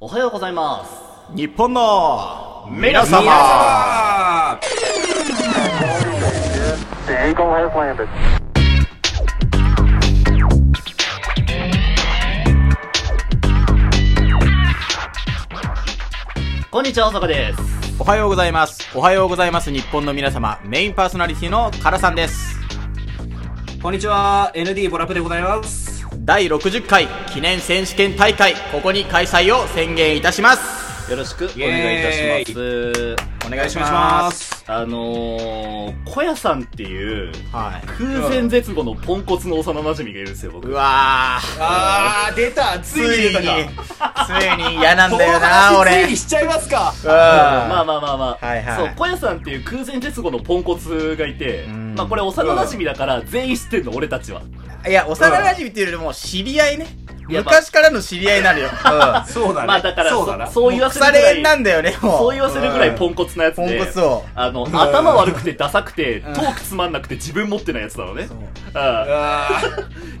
おはようございます。日本の皆様様 The Eagle has landed. こんにちは、大阪です。おはようございます。おはようございます。日本の皆様。メインパーソナリティのカラさんです。こんにちは、ND ボラプでございます。第60回記念選手権大会、ここに開催を宣言いたします。よろしくお願いいたします。おお願いします。す。あのー、小屋さんっていう、はい。空前絶後のポンコツの幼馴染がいるんですよ、う僕。わー。あー、出たつついにい出に、たつか。いに嫌なんこのだよな、 話つい俺に。しちゃいますかうん。まあまあ、まあまあまあ、はいはいそう小屋さんっていう空前絶後のポンコツがいて、んまあこれ幼馴染だから全員知ってんの俺たちは、いや、幼馴染っていうよりも、知り合いね。いや昔からの知り合いになるよ。う。そうだね。まあだからそそうだな。そうん言もうわせる腐ぐられ縁いなんだよね、もう。そう言わせるぐらいポンコツなやつポンでコツを。あの頭悪くてダサくてトークつまんなくて自分持ってないやつなのねうあ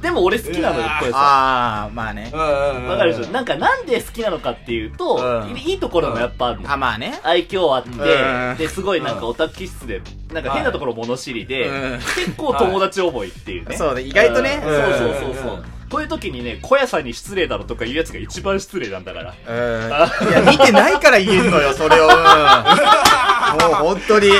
んでも俺好きなのようわー小屋さんあー、まあね。ーうん。わかるでしょょなんかなんで好きなのかっていうと、うんいいところもやっぱあるの、あ、まあね。愛嬌あって、うんですごいなんかオタク気質でなんか変なところ物知りで、うん結構友達思いっていうね、そうね意外とねうんうんそうそうそうそう、うんこういう時にね小屋さんに失礼だろとかいうやつが一番失礼なんだからうん。いや、見てないから言えんの よ、それを。うんもう本当に。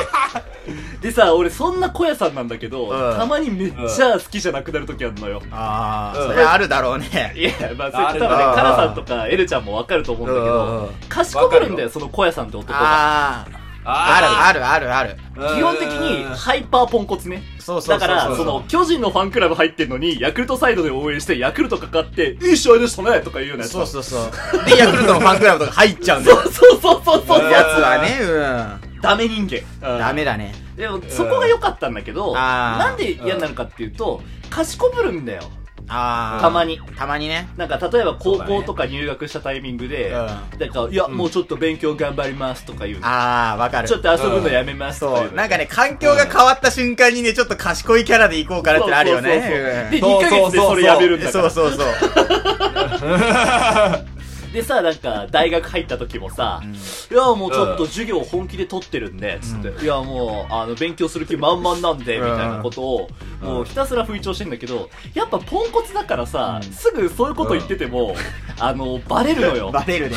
でさ俺そんな小屋さんなんだけど、うんたまにめっちゃ好きじゃなくなる時あるのよ、ああ、うんそれあるだろうね。いや、まあ、それあ多分るね、なカラさんとかエルちゃんもわかると思うんだけうんうんうどん、賢くるんだわかるよ、よその小屋さんって男が。ああ、あるああるあるある。る基本的に、ハイパーポンコツね。そうそうそうだから、その、巨人のファンクラブ入ってんのに、ヤクルトサイドで応援して、ヤクルトかかって、いい試合でしたねとか言うようなやつ。そうそうそう。で、ヤクルトのファンクラブとか入っちゃうんだよ。そうそうそうそう。やつはね、ダメ人うん。間。ダ。メだね。でも、そこが良かったんだけど、あーなんで嫌になるかっていうと、賢ぶるんだよ。ああ。たまに。たまにね。なんか例えば高校とか入学したタイミングで、うなんか、いや、もうちょっと勉強頑張りますとか言うの。ああ、わかる。ちょっと遊ぶのやめますとか言そうう。のなんかね、環境が変わった瞬間にね、ちょっと賢いキャラで行こうかなってのあるよね。そうそうそうそうで、2ヶ月でそれやめるうんんだかそうら。そうそう。でさ、なんか、大学入った時もさ、いや、もうちょっと授業本気で取ってるんで、つって、いや、もう、あの、勉強する気満々なんで、みうんたいなことを、もうひたすら吹聴してんだけど、やっぱポンコツだからさ、すぐそういうこと言ってても、あの、バレるのよ。 バレるね。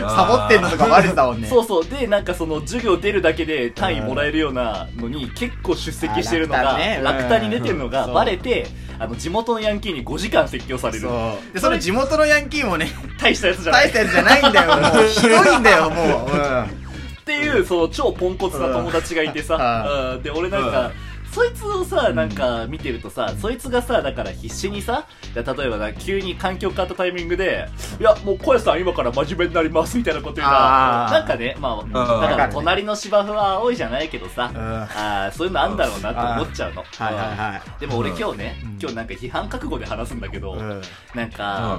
サボってんのとかバレてたもんね。そうそう。で、なんかその、授業出るだけで単位もらえるようなのに、結構出席してるのが、あー落胆ねうん落胆に出てるのがそうバレて、あの、地元のヤンキーに5時間説教される。そう。で、その地元のヤンキーも ね、大したやつじゃない大したやつじゃないんだよ。 もう、ひどいんだよ、もう。っていう、その超ポンコツな友達がいてさ、うんで、俺なんか、そいつをさ、なんか見てるとさ、そいつがさ、だから必死にさ、だ例えばな、急に環境変わったタイミングで、いや、もう小屋さん今から真面目になりますみたいなこと言うなあ、ーなんかね、まあ、だから隣の芝生は多いじゃないけどさ、んあーそういうのあんだろうなと思っちゃうの。はいはいはいでも俺今日ね、今日なんか批判覚悟で話すんだけど、うん。うん。なんか、あの、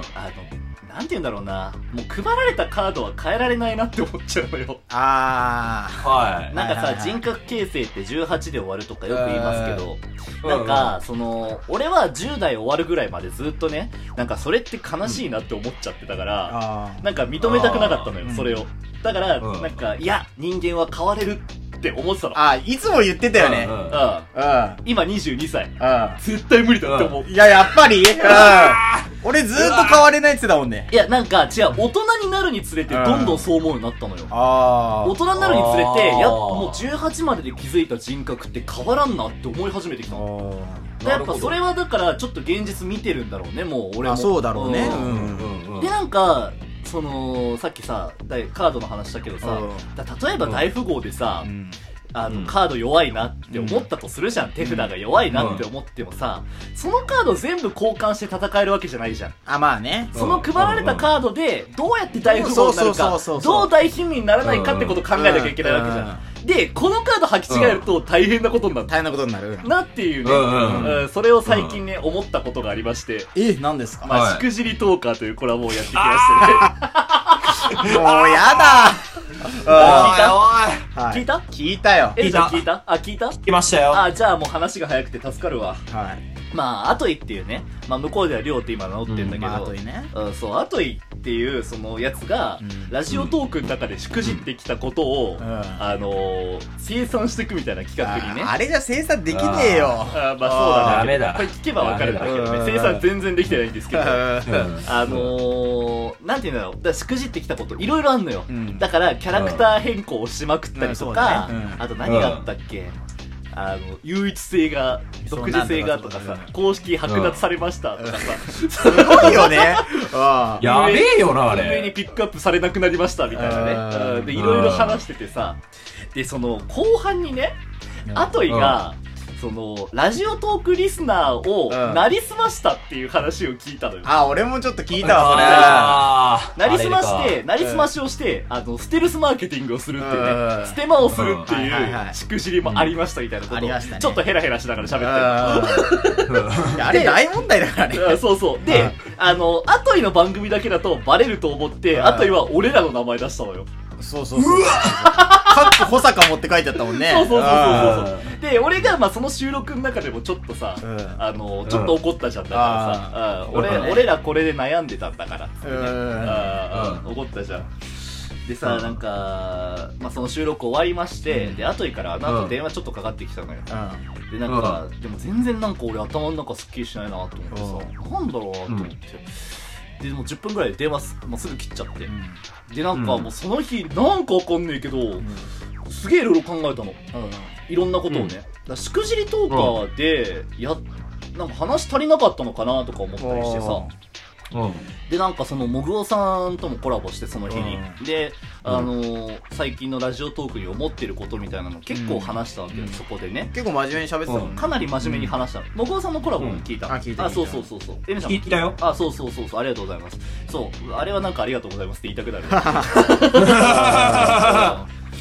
なんて言うんだろうな、もう配られたカードは変えられないなって思っちゃうのよ。あはい。なんかはいはいさ、はい人格形成って18で終わるとかよく言いますけど、うんなんか、その、俺は10代終わるぐらいまでずっとね、なんかそれって悲しいなって思っちゃってたかーら、あー。なんか認めたくなかったのよう、んそれを。だから、うんなんか、いや、人間は変われるって思ってたの。あー、いつも言ってたよね。ううん。うんん。うん。今22歳。絶対無理だって思う。いや、やっぱりうん。俺ずーっと変われないって言ってたもんね。いや、なんか、違う、大人になるにつれて、うんどんどんそう思うようになったのよ。あ大人になるにつれて、あーやっぱもう18までで気づいた人格って変わらんなって思い始めてきたの。あ。やっぱそれはだからちょっと現実見てるんだろうねもう俺もあ、そうだろうね。うんん。うん。でなんかそのさっきさだいカードの話だけどさ、うんだ例えば大富豪でさ、うんあのうんカード弱いなって思ったとするじゃん、手札が弱いなって思ってもさ、そのカード全部交換して戦えるわけじゃないじゃんあ、まあね。その配られたカードでどうやって大富豪になるそかうそうそうそうそどうう大貧民にならないかってことを考えなきゃいけないわけじゃん、でこのカード履き違えると大変なことになる、大変なことになる。なっていうね、うんうんうんうんそれを最近ね、思ったことがありましてえ、何ですかまあ、はいしくじりトーカーというコラボをやってきましたね。もうやだあおいおいは聞いた 聞いたよ。え、じゃあ聞聞いたあ、聞いた来ましたよ。あ、じゃあもう話が早くて助かるわ。はい。まあ、アトイっていうね、まあ、向こうではリョウって今名乗ってんだけど、まあ、あとにね。うん、そう、アトイっていう、そのやつが、うんラジオトークの中でしくじってきたことを、うんあのー、生産していくみたいな企画にね。ああれじゃ生産できねえよ。あーまあそうだね。あーダメだこれ聞けばわかるんだけどダメね。だ生産全然できてないんですけど。うんあのー、なんていうんだろう。だからしくじってきたこと、いろいろあんのよ。うんだから、キャラクター変更をしまくったりとか、うんそうだねうんあと何があったっけ、あの、唯一性が、独自性がとかそうなさんだ、公式剥奪されましたとかさ、すご いよね。うんやべえよな、あ上にれ。ピックアップされなくなりましたみたいなうんねうん。で、いろいろ話しててさ、で、その、後半にね、うんアトイが、その、ラジオトークリスナーを、うんなりすましたっていう話を聞いたのよ。あ、俺もちょっと聞いたわ、あーなりすましあれて、かなりすましをして、あの、ステルスマーケティングをするっていううね、んステマをするってうんはいはいいはう、いしくじりもありましたみたいなことうんあをりましたねちょっとヘラヘラしながら喋それ。ってうんいやあれ大問題だからね。る。うんそうそう。うでん、あの、アトイの番組だけだとバレると思って、うんアトイは俺らの名前出したのよ。そうそうそう。かっこ保坂持って書いてあったもんね。そうそうそうそうそううで、俺が、まあ、その収録の中でもちょっとさ、うんあの、ちょっと怒ったじゃんだからさ、うんうん俺そうだね俺らこれで悩んでたんだからっつってね、うんあーうん怒ったじゃん。でさ、うんなんか、まあ、その収録終わりまして、うんで、後から、なんか電話ちょっとかかってきたのよ。ん。で、なんか、でも全然なんか俺頭の中すっきりしないなと思ってさ、なんだろうなと思って。で、もう10分ぐらいで電話す、もうすぐ切っちゃって。で、なんかうんもうその日、なんかわかんねえけど、すげえいろいろ考えたの。いろんなことをね、うんだからしくじりトーカーでやっなんか話足りなかったのかなとか思ったりしてさうん。でなんかそのもぐおさんともコラボしてその日に、うで、あのー最近のラジオトークに思ってることみたいなの結構話したわけよ、うんそこでね結構真面目に喋ってたもんね。かなり真面目に話したのもぐおさんのコラボも聞いた、うんあ聞いた聞いたそうそうそうそうえみちゃんも聞いたよあそうそうそうそうありがとうございますそうあれはなんかありがとうございますって言いたく なる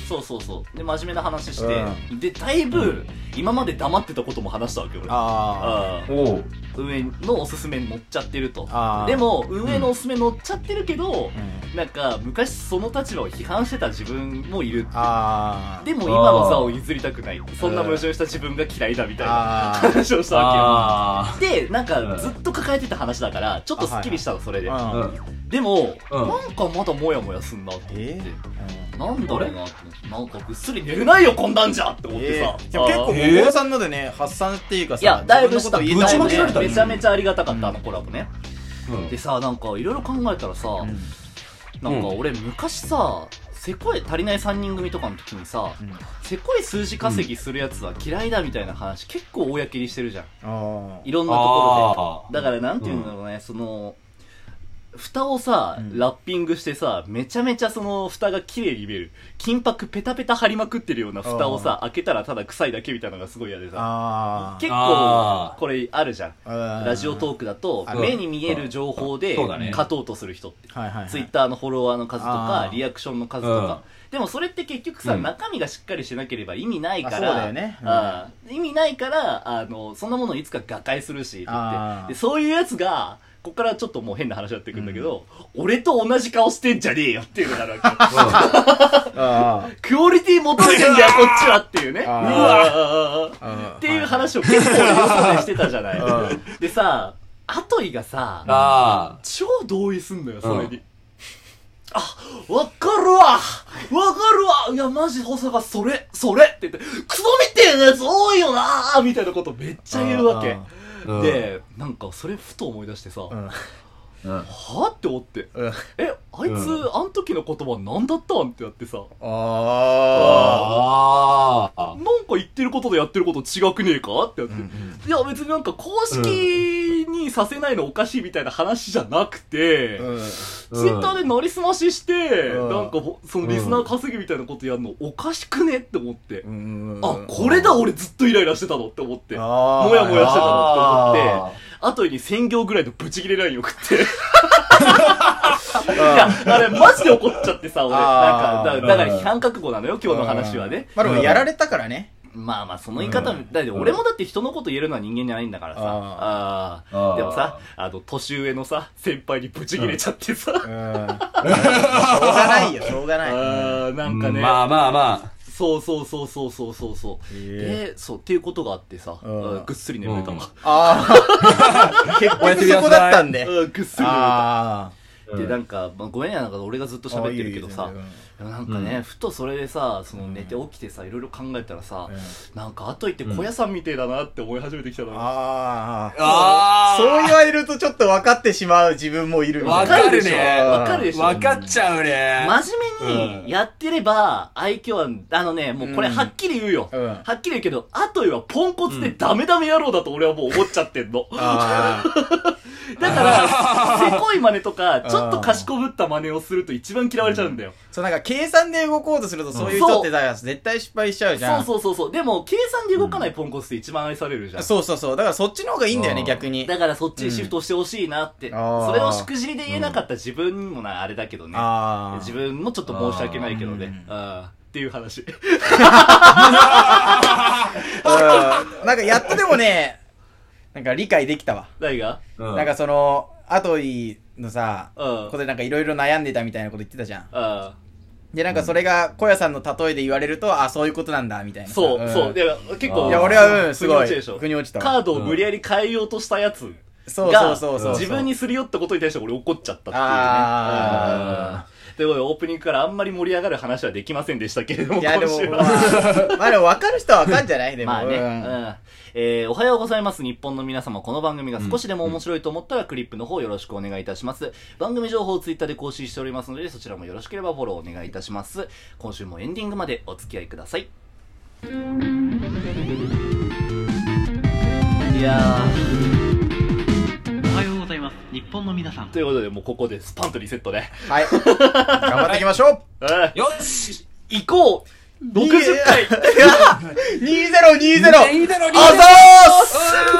そうそうそうで真面目な話して、でだいぶ今まで黙ってたことも話したわけよ俺ああーおう。運営のおすすめに乗っちゃってるとあーでも運営のおすすめ乗っちゃってるけどあ。、うんなんか昔その立場を批判してた自分もいるああ。でも今の座を譲りたくないそんな矛盾した自分が嫌いだみたいなあー話をしたわあけよでなんうかんずっと抱えてた話だからちょっとスッキリしたのそれで、ー。ううんん。でも、うんなんかまだモヤモヤすんなと思って、えなんだろうなって思ってなんかぐっすり寝れないよこんなんじゃって思ってえさ、ーでも結構、あーもこさんのでね、発散っていうかさ、いやだいぶした自分のこと言えたもんぶちまけられたねめちゃめちゃありがたかった、あのコラボねうんでさなんかいろいろ考えたらさ、うんなんか俺昔させこい足りない3人組とかの時にさ、うんせこい数字稼ぎするやつは嫌いだみたいな話結構公にしてるじゃんあーいろんなところであーだからなんていうんだろうね、その蓋をさ、うんラッピングしてさ、めちゃめちゃその蓋が綺麗に見える。金箔ペタペタ貼りまくってるような蓋をさ、開けたらただ臭いだけみたいなのがすごい嫌でさ。あー結構あ、ーこれあるじゃん。あラジオトーークだとあ、目に見える情報でそうだね勝とうとする人って。クはいはいはいツイッターのフォロワーの数とあかー、リアクションの数とか。でもそれって結局さ、うん中身がしっかりしてなければ意味ないから、あそうだよねうんあー意味ないから、あの、そんなものいつか瓦解するし、って言っあてーでそういうやつが、ここからちょっともう変な話になってくんだけど、俺と同じ顔してんじゃねえよ っていうのがあるわけ。あクオリティ求めてんだよ、こっちはっていうね。うあーわー ーっていう話を結構予想でしてたじゃない。うんでさ、アトイがさ、あ超同意すんのよ、それに。うあ、わかるわわかるわいや、マジ、保坂、それ、それって言って、クソみてえなやつ多いよなみたいなことめっちゃ言うわけ。あ。で、なんか、それふと思い出してさ、はうんうん、ぁって思って、うんえ、あいつ、うあん時の言葉何だったんってなってさ、あああなん。か言ってることとやってること違くねえかってなって、いや、別になんか公式にさせないのおかしいみたいな話じゃなくて、ーうんツイッターでなりすましして、うんなんかほ、そのリスナー稼ぎみたいなことやるのおかしくねって思って。うんあ、これだ俺ずっとイライラしてたのって思って。ああーもやもやしあてたーのって思って、あとに1000行ぐらいのブチギレライン送って。い うんや、あれマジで怒っちゃってさ、俺。なんあーか、だだから批判覚悟なのよ、今日の話はね。まあでもやられたからね。まあまあ、その言い方、うんだって俺もだって人のこと言えるのは人間じゃないんだからさ。ああああーでもさ、あの、年上のさ、先輩にブチギレちゃってさ。うん。しょうがないよ、しょうがない。あーなんかね。まあまあまあ。そうそうそうそうそうそうそう。へで、そう、っていうことがあってさ、うんうんぐっすり眠れたわ。ああ。 結局そこだったんで。うんぐっすり眠れた。あで、なんか、まあ、ごめんや、なんか俺がずっとあ。喋ってるけどさ、でもなんかね、うふとそれでさ、その寝て起きてさ、いろいろ考えたらさ、なんか、あといって小屋さんみてえだなって思い始めてきたの。ああ。あーそう言われるとちょっと分かってしまう自分もいるみたいなわかるねわかるでしょ分かっちゃうね。真面目にやってれば、愛嬌は、あのね、もうこれはっきり言うよ。うんはっきり言うけど、後よはポンコツでダメダメ野郎だと俺はもう思っちゃってんの。あーだ から、せこい真似とか、ちょっとかしこぶった真似をすると一番嫌われちゃうんだよ。そうなんか計算で動こうとするとそういう人ってだから絶対失敗しちゃうじゃん。そうそうそうそう。でも、計算で動かないポンコツって一番愛されるじゃん。そうそうそう。だからそっちの方がいいんだよね、うん逆に。だからそっちにシフトしてほしいなって、うんあーそれをしくじりで言えなかった自分にもな、あれだけどね。ああ。自分もちょっと申し訳ないけどね。うあーっていう話。 うんなんかやっとでもね、なんか理解できたわ。誰がうんなんかその、アトイのさ、うん。ことでなんかいろいろ悩んでたみたいなこと言ってたじゃん。あで、なんかそれが、小屋さんの例えで言われると、あ、そういうことなんだ、みたいーなさ。そう、んそう。いで結構。いや、俺はうん、すご腑に落ちるいでしょ。。腑に落ちたわ。カードを無理やり変えようとしたやつそうが、そうそうそう。自分にすり寄ったことに対して俺怒っちゃったっていうね。あうんということで、オープニングからあんまり盛り上がる話はできませんでしたけれども、いや、でも、今週まはあ、まあでも分かる人は分かんじゃないでも。まあね、ううんんえーおはようございます日本の皆様この番組が少しでも面白いと思ったらクリップの方よろしくお願いいたします番組情報をツイッターで更新しておりますのでそちらもよろしければフォローお願いいたします今週もエンディングまでお付き合いくださいいやおはようございます。日本の皆さんー。ということでもうここでスパンとリセットね、 はい。頑張っていきましょううんよし行こう60回2020いいだろ、リーあダーざーす